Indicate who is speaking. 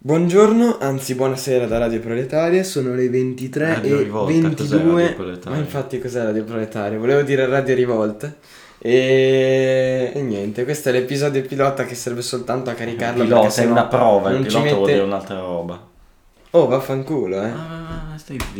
Speaker 1: Buongiorno, anzi buonasera da Radio Proletaria, sono le 23
Speaker 2: Radio
Speaker 1: e
Speaker 2: Rivolta, cos'è
Speaker 1: 22.
Speaker 2: Radio Proletaria?
Speaker 1: Ma infatti cos'è Radio Proletaria? Volevo dire Radio Rivolta. E... e niente, questo è l'episodio pilota che serve soltanto a caricarlo.
Speaker 2: Il pilota
Speaker 1: perché
Speaker 2: è
Speaker 1: sennò
Speaker 2: una prova, il
Speaker 1: non ci
Speaker 2: pilota vuol
Speaker 1: mette-
Speaker 2: dire un'altra roba.
Speaker 1: Oh, vaffanculo, eh.
Speaker 2: Ah, stai